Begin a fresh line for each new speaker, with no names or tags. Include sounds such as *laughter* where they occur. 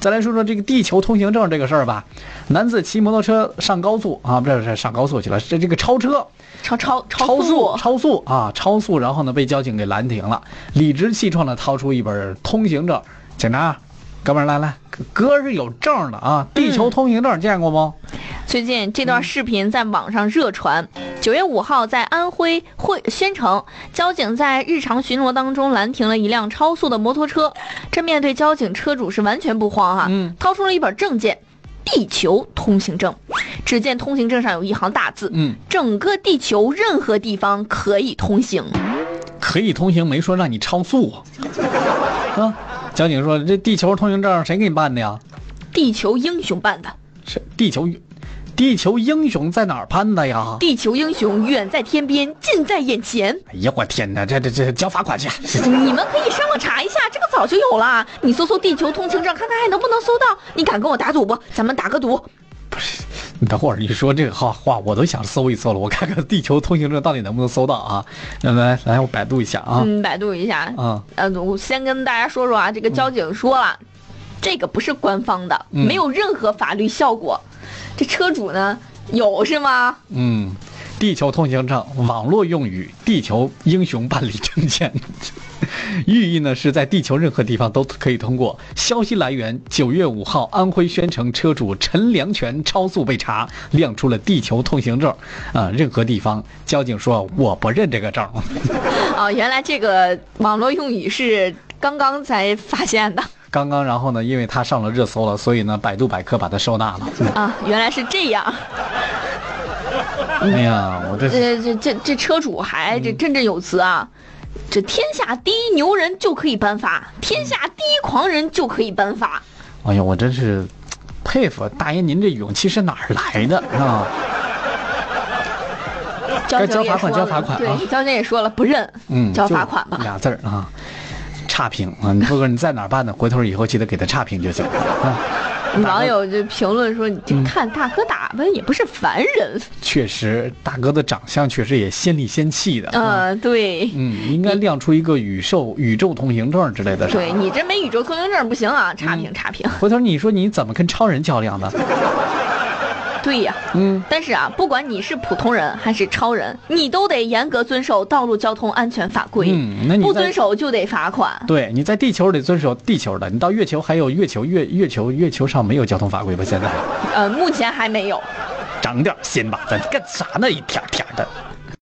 再来说说这个地球通行证这个事儿吧。男子骑摩托车上高速啊，不是是上高速去了，这这个超车，
超超
超
速，
超速啊，超速，然后呢被交警给拦停了，理直气壮的掏出一本通行证，警察，哥们儿来来，哥是有证的啊，地球通行证见过不？
最近这段视频在网上热传。九月五号，在安徽会宣城，交警在日常巡逻当中拦停了一辆超速的摩托车。这面对交警，车主是完全不慌哈、
嗯
掏出了一本证件——地球通行证。只见通行证上有一行大字：
嗯，
整个地球任何地方可以通行。
可以通行，没说让你超速啊。 *laughs* 啊，交警说这地球通行证谁给你办的呀？
地球英雄办的，
是地球，地球英雄在哪儿办的呀？
地球英雄远在天边，近在眼前。
哎呀，我天哪，这这这交罚款去！
你们可以上网查一下，这个早就有了。你搜搜地球通行证，看看还能不能搜到。你敢跟我打赌不？咱们打个赌。
啊你 *laughs* 等会儿你说这个话话，我都想搜一搜了，我看看地球通行证到底能不能搜到啊？来来来，我百度一下啊。
嗯，百度一下。
啊，
呃，我先跟大家说说啊，这个交警说了，这个不是官方的，
嗯
没有任何法律效果。这车主呢有是吗？
嗯，地球通行证网络用语“地球英雄办理证件”，寓意呢是在地球任何地方都可以通过。消息来源：九月五号，安徽宣城车主陈良全超速被查，亮出了地球通行证。啊、任何地方，交警说我不认这个证。
啊，原来这个网络用语是刚刚才发现的
*laughs* 刚刚，然后呢，因为他上了热搜了，所以呢，百度百科把它收纳了。
啊，原来是这样。
哎呀，我这
这呃这这这车主还
嗯
这振振有词啊！这天下第一牛人就可以颁发，
嗯
天下第一狂人就可以颁发。
哎呦，我真是佩服大爷，您这勇气是哪儿来的啊？
交
交
警也
罚
说
款
了，
交罚款啊
对，交警也说了不认，
嗯，
交
就
罚款吧。
俩字儿啊，差评啊！你不管你在哪儿办的，回头以后记得给他差评就行了啊。
网友就评论说：“你这
嗯
看大哥打扮也不是凡人。
确实，大哥的长相确实也仙里仙气的。啊
呃，对，
嗯，应该亮出一个宇宙宇宙通行证之类的。
对。你这没宇宙通行证不行啊！差
嗯
评差评。
回头你说你怎么跟超人较量呢？
对呀、
嗯，
但是啊，不管你是普通人还是超人，你都得严格遵守道路交通安全法规。
嗯那你
不
在
遵守就得罚款。
对，你在地球得遵守地球的，你到月球还有月球月月球月球上没有交通法规吧？现在
呃，目前还没有。
长点儿心吧，咱干啥呢？一天天的。